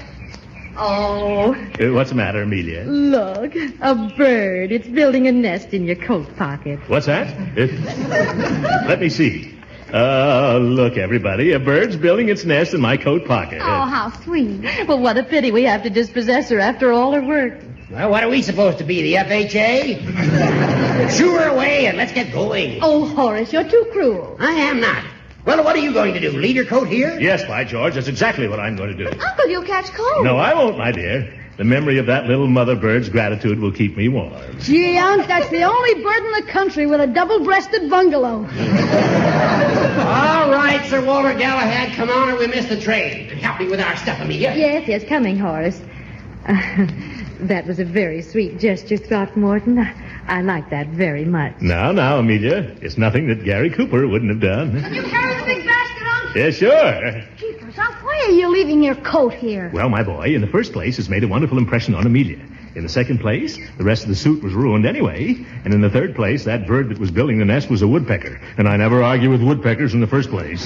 Oh, Uh, what's the matter, Amelia? look. A bird. It's building a nest in your coat pocket. What's that? Uh, let me see. Uh, look, everybody. A bird's building its nest in my coat pocket. Oh, how sweet. Well, what a pity we have to dispossess her after all her work. Well, what are we supposed to be, the FHA? Shoo her away and let's get going. Oh, Horace, you're too cruel. I am not. Well, what are you going to do? Leave your coat here? Yes, by George, that's exactly what I'm going to do. Uncle, you'll catch cold. No, I won't, my dear. The memory of that little mother bird's gratitude will keep me warm. Gee, Unc, that's the only bird in the country with a double-breasted bungalow. All right, Sir Walter Galahad, come on or we miss the train. Help me with our stuff, Amelia. Yes, yes, coming, Horace. Uh, that was a very sweet gesture, Throckmorton. I, I like that very much. Now, now, Amelia, it's nothing that Gary Cooper wouldn't have done. You carry the big basket, Unc? Yeah, sure. Cheapers, Unc, why are you leaving your coat here? Well, my boy, in the first place, it's made a wonderful impression on Amelia. In the second place, the rest of the suit was ruined anyway. And in the third place, that bird that was building the nest was a woodpecker. And I never argue with woodpeckers in the first place.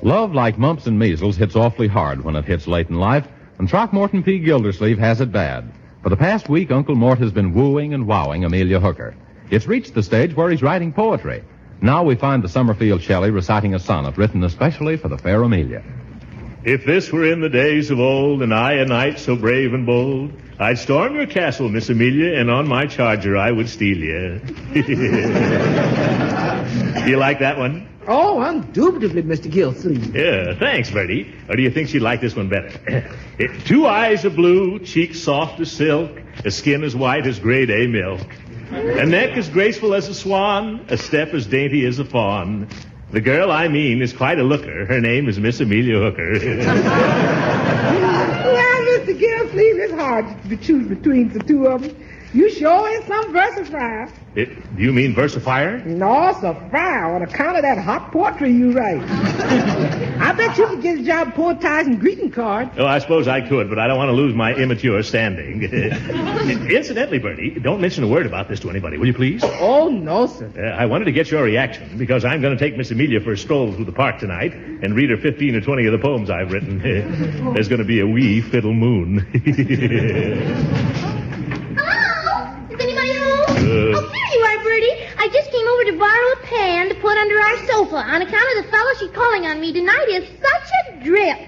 Love, like mumps and measles, hits awfully hard when it hits late in life, and Throckmorton P. Gildersleeve has it bad. For the past week, Uncle Mort has been wooing and wowing Amelia Hooker. It's reached the stage where he's writing poetry. Now we find the Summerfield Shelley reciting a sonnet written especially for the fair Amelia. If this were in the days of old, and I a knight so brave and bold, I'd storm your castle, Miss Amelia, and on my charger I would steal you. do you like that one? Oh, undoubtedly, Mr. Gilsleeve. Yeah, thanks, Bertie. Or do you think she'd like this one better? It- Two eyes are blue, cheeks soft as silk, a skin as white as grade A milk, a neck as graceful as a swan, a step as dainty as a fawn. The girl I mean is quite a looker. Her name is Miss Amelia Hooker. Well, Mr. Gilsleeve, it's hard to choose between the two of them. You sure is some versifier. It- do you mean versifier? No, it's a fire on account of that hot poetry you write. I bet you could get a job poetizing greeting cards. Oh, I suppose I could, but I don't want to lose my immature standing. Incidentally, Bertie, don't mention a word about this to anybody, will you please? Oh, no, sir. Uh, I wanted to get your reaction because I'm going to take Miss Amelia for a stroll through the park tonight and read her 15 or 20 of the poems I've written. There's going to be a wee fiddle moon. Hello? Is anybody home? Uh. Oh, there you are, Bertie. I just came over to borrow a pan to put under our sofa on account of the fellow she's calling on me tonight is such a drip.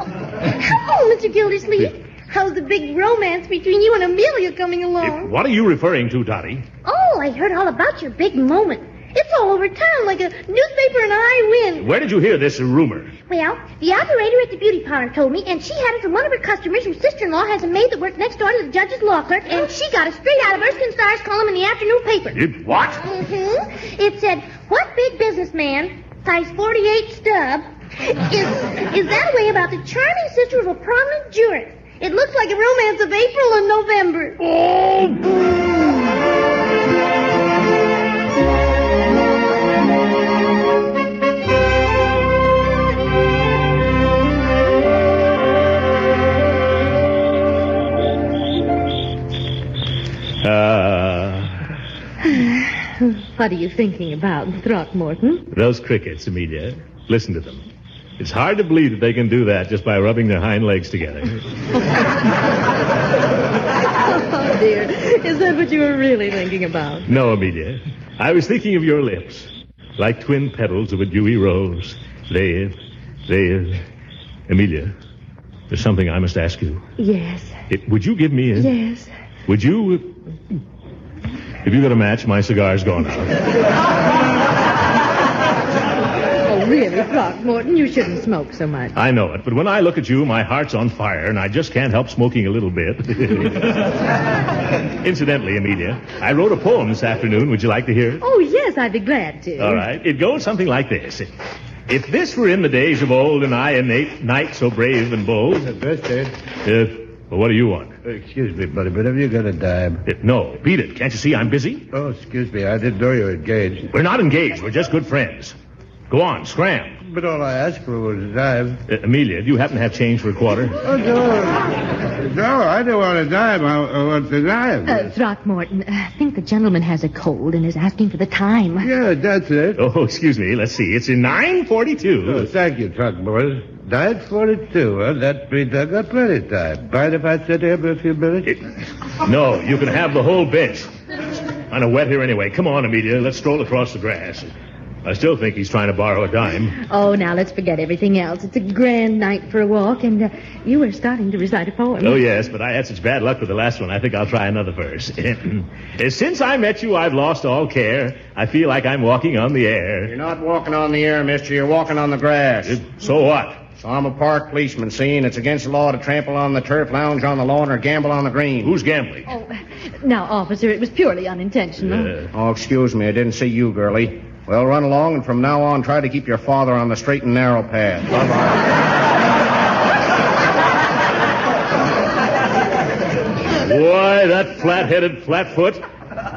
Oh, Mr. Gildersleeve, how's the big romance between you and Amelia coming along? what are you referring to, Dottie? Oh, I heard all about your big moment. It's all over town like a newspaper in a high wind. Where did you hear this rumor? Well, the operator at the beauty parlor told me, and she had it from one of her customers whose sister-in-law has a maid that worked next door to the judge's law clerk, and she got it straight out of Erskine Star's column in the afternoon paper. It what? Mm-hmm. It said, what big businessman, size 48 stub, is, is that way about the charming sister of a prominent jurist? It looks like a romance of April and November. Oh, Ah, What are you thinking about, Throckmorton? those crickets, Amelia. Listen to them. It's hard to believe that they can do that just by rubbing their hind legs together. Oh, dear. Is that what you were really thinking about? No, Amelia. I was thinking of your lips. Like twin petals of a dewy rose. They, they, Amelia, there's something I must ask you. Yes. It, would you give me a. Yes. Would you. uh, If you got a match, my cigar's gone out. Oh, really, Throckmorton, you shouldn't smoke so much. I know it, but when I look at you, my heart's on fire, and I just can't help smoking a little bit. Incidentally, Amelia, I wrote a poem this afternoon. Would you like to hear it? Oh, yes, I'd be glad to. All right. It goes something like this. If this were in the days of old, and I a na- knight so brave and bold. Birthday. well, what do you Uh, want? Uh, Excuse me, buddy, but have you got a dime? no, beat it. Can't you see I'm busy? Oh, excuse me, I didn't know you were engaged. We're not engaged. We're just good friends. Go on, scram. But all I asked for was a dime. Amelia, do you happen to have change for a quarter? Oh, no. No, I don't want a dime. I, I want a dime. Uh, Throckmorton, uh, I think the gentleman has a cold and is asking for the time. Yeah, that's it. Oh, excuse me. Let's see. It's in 942. Oh, thank you, Throckmorton. Nine forty-two. Well, that means I've got plenty of time. Mind if I sit here for a few minutes? No, you can have the whole bench. Kind of wet here anyway. Come on, Amelia. Let's stroll across the grass. I still think he's trying to borrow a dime. Oh, now let's forget everything else. It's a grand night for a walk, and uh, you were starting to recite a poem. Oh, yes, but I had such bad luck with the last one. I think I'll try another verse. Uh, Since I met you, I've lost all care. I feel like I'm walking on the air. You're not walking on the air, mister. You're walking on the grass. so what? So I'm a park policeman, seeing it's against the law to trample on the turf, lounge on the lawn, or gamble on the green. Who's gambling? Oh, uh, Uh, Now, officer, it was purely unintentional. Oh, excuse me. I didn't see you, girlie. Well, run along, and from now on, try to keep your father on the straight and narrow path. Bye-bye. Why, that flat headed flatfoot.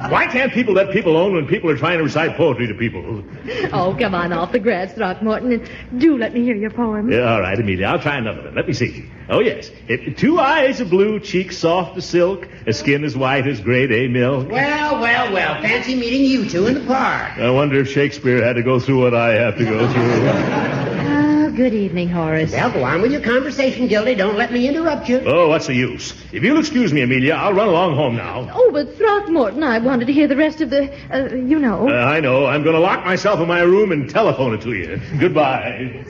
Why can't people let people alone when people are trying to recite poetry to people? Oh, come on off the grass, Throckmorton, and do let me hear your poem. Yeah, all right, Amelia. I'll try another one. Let me see. Oh, yes. It, two eyes of blue, cheeks soft as silk, a skin as white as grade A milk. Well, well, well. Fancy meeting you two in the park. I wonder if Shakespeare had to go through what I have to go through. Oh, good evening, Horace. Now go on with your conversation, Gildy. Don't let me interrupt you. oh, what's the use? If you'll excuse me, Amelia, I'll run along home now. Oh, but Throckmorton, I wanted to hear the rest of the, uh, you know. Oh. Uh, I know. I'm going to lock myself in my room and telephone it to you. Goodbye.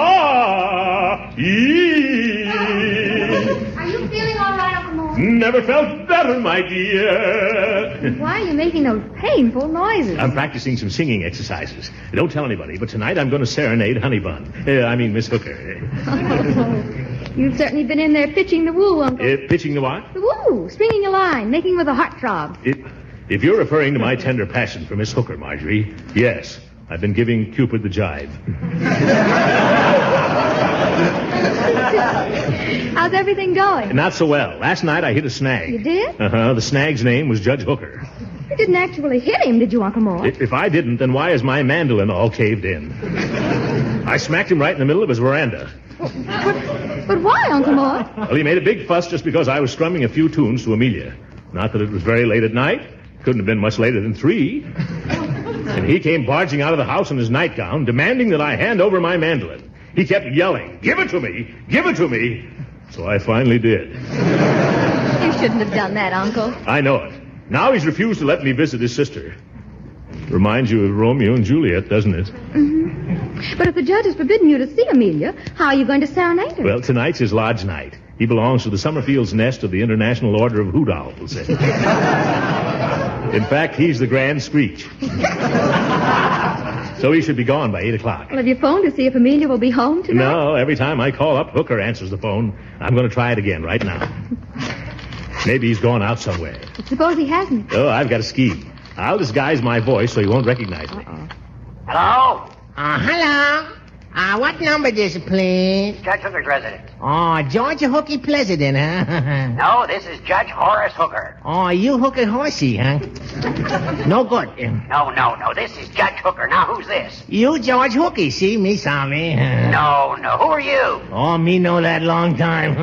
Ah, ee. Are you feeling all right, Uncle Mort? Never felt better, my dear. Why are you making those painful noises? I'm practicing some singing exercises. Don't tell anybody, but tonight I'm going to serenade Honey Bun. Uh, I mean, Miss Hooker. Uh, You've certainly been in there pitching the woo, Uncle. Uh, pitching the what? The woo, stringing a line, making with a heart throb. If, if you're referring to my tender passion for Miss Hooker, Marjorie, yes, I've been giving Cupid the jive. How's everything going? Not so well. Last night I hit a You snag. did? Uh huh. The snag's name was Judge Hooker. You didn't actually hit him, did you, Uncle Mort? If, if I didn't, then why is my mandolin all caved in? I smacked him right in the middle of his veranda. But why, Uncle Mort? Well, he made a big fuss just because I was strumming a few tunes to Amelia. Not that it was very late at night. Couldn't have been much later than three. And he came barging out of the house in his nightgown, demanding that I hand over my mandolin. He kept yelling, Give it to me! Give it to me! So I finally did. You shouldn't have done that, Uncle. I know it. Now he's refused to let me visit his sister. Reminds you of Romeo and Juliet, doesn't it? Mm-hmm. But if the judge has forbidden you to see Amelia, how are you going to serenade her? Well, tonight's his lodge night. He belongs to the Summerfield's Nest of the International Order of Hoot Owls. In fact, he's the Grand Screech. So he should be gone by 8 o'clock. Well, have you phoned to see if Amelia will be home tonight? No, every time I call up, Hooker answers the phone. I'm going to try it again right now. Maybe he's gone out somewhere. Suppose he hasn't. Oh, I've got a scheme. I'll disguise my voice so you won't recognize me. Hello? Uh, hello. Uh, what number this, please? Judge Hooker's resident. Oh, Georgia Hookie Pleasant, huh? No, this is Judge Horace Hooker. Oh, you hooker horsey, huh? No good. No, no, no, this is Judge Hooker. Now, who's this? You George Hookie, see? Me saw me. No, no, who are you? Oh, me know that long time.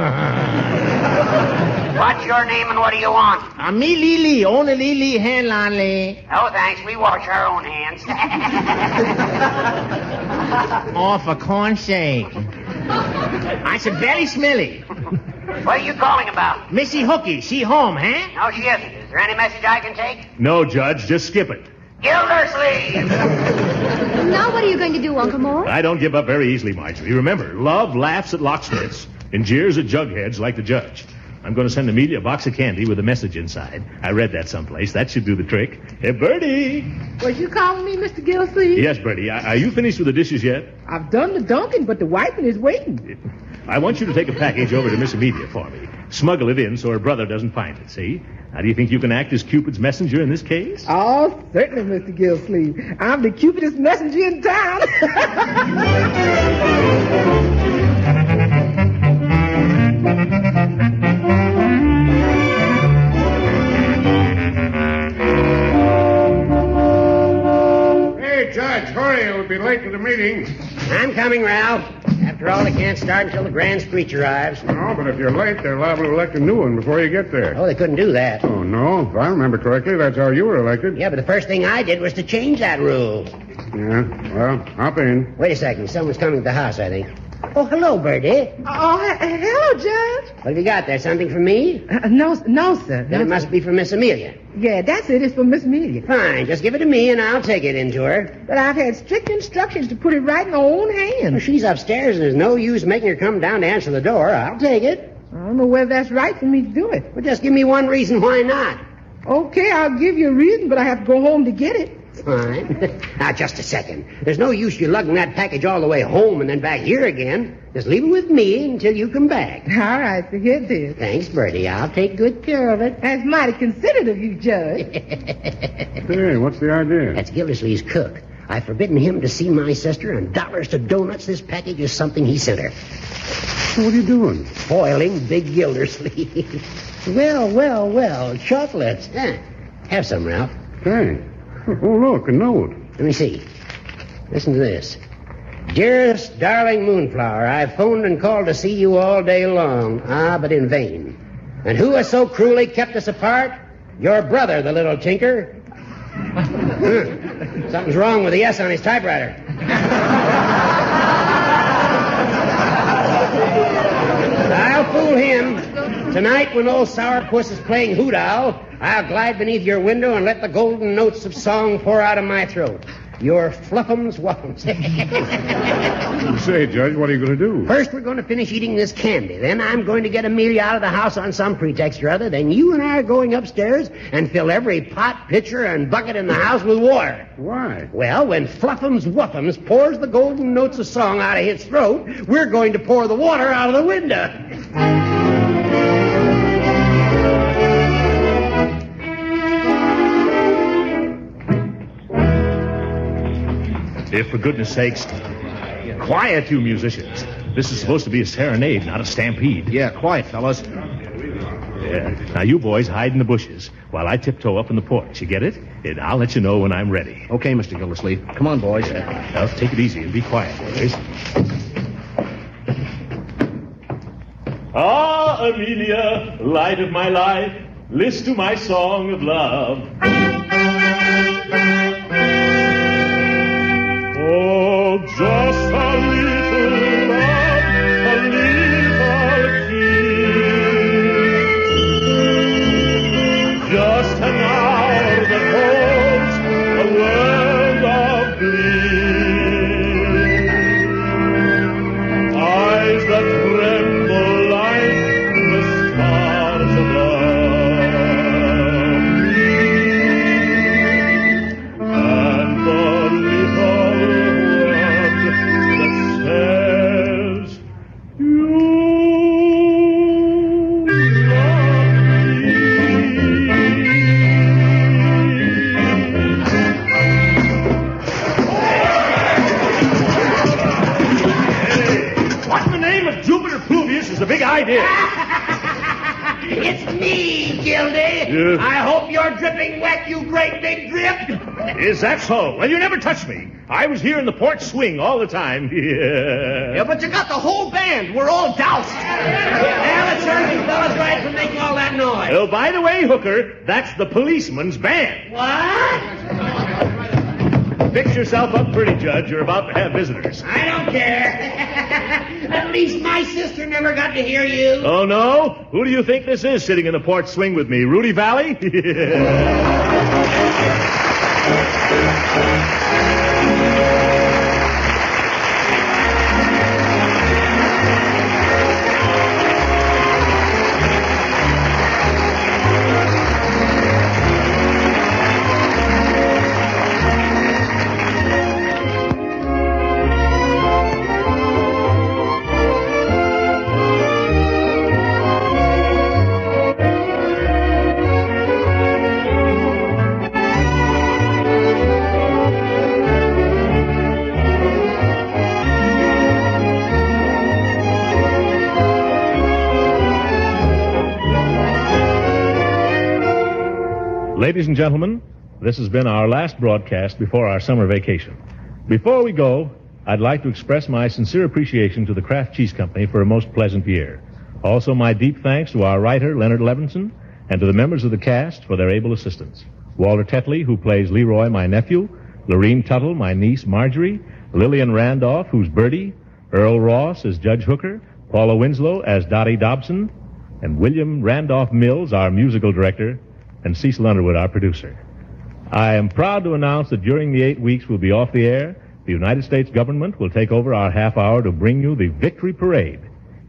What's your name and what do you want? uh, me Lee Lee, only Lee Lee Hanlon Lee. No, Oh, thanks, we wash our own hands. Oh, for corn's sake. I said very smelly. what are you calling about? Missy Hookie, she home, huh? No, she isn't. Is there any message I can take? No, Judge, just skip it. Gildersleeve! Now, what are you going to do, Uncle Mort? I don't give up very easily, Marjorie. Remember, love laughs at locksmiths and jeers at jugheads like the judge. I'm going to send Amelia a box of candy with a message inside. I read that someplace. That should do the trick. Hey, Bertie. Was you calling me Mr. Gilsey? Yes, Bertie. Are are you finished with the dishes yet? I've done the dunking, but the wiping is waiting. I want you to take a package over to Miss Amelia for me. Smuggle it in so her brother doesn't find it, see? Now, do you think you can act as Cupid's messenger in this case? Oh, certainly, Mr. Gilsleeve. I'm the cupidest messenger in town. Hey, Judge, hurry. It'll be late to the meeting. I'm coming, Ralph. After all, they can't start until the grand screech arrives. No, but if you're late, they're liable to elect a new one before you get there. Oh, they couldn't do that. Oh, no. If I remember correctly, that's how you were elected. Yeah, but the first thing I did was to change that rule. Yeah, well, hop in. Wait a second. Someone's coming to the house, I think. Oh, hello, Bertie. Oh, he- hello, Judge. What have you got there? Something for me? Uh, no, no, sir. Then it must be for Miss Amelia. Yeah, that's it. It's for Miss Amelia. Fine. Just give it to me, and I'll take it into her. But I've had strict instructions to put it right in my own hand. Well, she's upstairs, and there's no use making her come down to answer the door. I'll take it. I don't know whether that's right for me to do it. Well, just give me one reason why not. Okay, I'll give you a reason, but I have to go home to get it. Fine. now, just a second. There's no use you lugging that package all the way home and then back here again. Just leave it with me until you come back. All right, so here it is. Thanks, Bertie. I'll take good care of it. That's mighty considerate of you, Judge. Hey, what's the idea? That's Gildersleeve's cook. I've forbidden him to see my sister, and dollars to donuts, this package is something he sent her. What are you doing? Foiling Big Gildersleeve. well, well, well. Chocolates. Huh. Have some, Ralph. Hey. Oh, look, a note. Let me see. Listen to this. Dearest darling Moonflower, I've phoned and called to see you all day long. Ah, but in vain. And who has so cruelly kept us apart? Your brother, the little tinker. Hmm. Something's wrong with the S on his typewriter. I'll fool him. Tonight, when old Sourpuss is playing Hoot Owl, I'll glide beneath your window and let the golden notes of song pour out of my throat. Your fluffums wuffums. Say, Judge, what are you going to do? First, we're going to finish eating this candy. Then I'm going to get Amelia out of the house on some pretext or other. Then you and I are going upstairs and fill every pot, pitcher, and bucket in the house with water. Why? Well, when Fluffums Wuffums pours the golden notes of song out of his throat, we're going to pour the water out of the window. If, for goodness sakes, quiet, you musicians. This is supposed to be a serenade, not a stampede. Yeah, quiet, fellas. Now, you boys hide in the bushes while I tiptoe up on the porch. You get it? And I'll let you know when I'm ready. Okay, Mr. Gildersleeve. Come on, boys. Now, take it easy and be quiet, boys. Ah, Amelia, light of my life, listen to my song of love. Oh, just a little love, a little kiss. Just an hour that holds a world of bliss. Eyes that tremble like the stars above. I did. It's me, Gildy. Yeah. I hope you're dripping wet, you great big drip. Is that so? Well, you never touched me. I was here in the porch swing all the time. Yeah. Yeah, but you got the whole band. We're all doused. Now let's hurry, you fellas, right from making all that noise. Oh, by the way, Hooker, that's the policeman's band. What? Fix yourself up pretty, Judge. You're about to have visitors. I don't care. At least my sister never got to hear you. Oh, no? Who do you think this is sitting in the porch swing with me? Rudy Valley? Ladies and gentlemen, this has been our last broadcast before our summer vacation. Before we go, I'd like to express my sincere appreciation to the Kraft Cheese Company for a most pleasant year. Also, my deep thanks to our writer, Leonard Levinson, and to the members of the cast for their able assistance. Walter Tetley, who plays Leroy, my nephew, Lorene Tuttle, my niece, Marjorie, Lillian Randolph, who's Bertie, Earl Ross as Judge Hooker, Paula Winslow as Dottie Dobson, and William Randolph Mills, our musical director, and Cecil Underwood, our producer. I am proud to announce that during the eight weeks we'll be off the air, the United States government will take over our half hour to bring you the Victory Parade.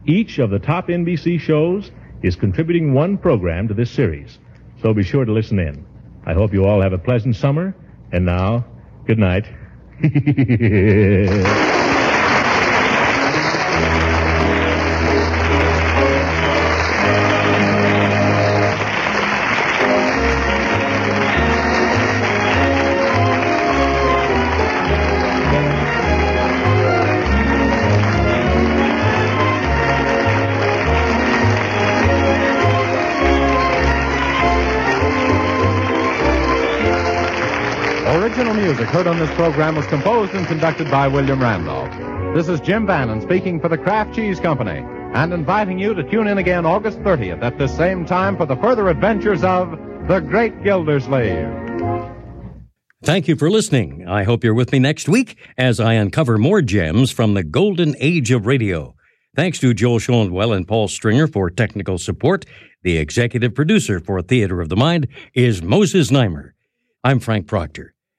Each of the top NBC shows is contributing one program to this series, so be sure to listen in. I hope you all have a pleasant summer, and now, good night. Original music heard on this program was composed and conducted by William Randolph. This is Jim Bannon speaking for the Kraft Cheese Company and inviting you to tune in again August 30th at this same time for the further adventures of The Great Gildersleeve. Thank you for listening. I hope you're with me next week as I uncover more gems from the golden age of radio. Thanks to Joel Schoenwell and Paul Stringer for technical support. The executive producer for Theater of the Mind is Moses Neimer. I'm Frank Proctor.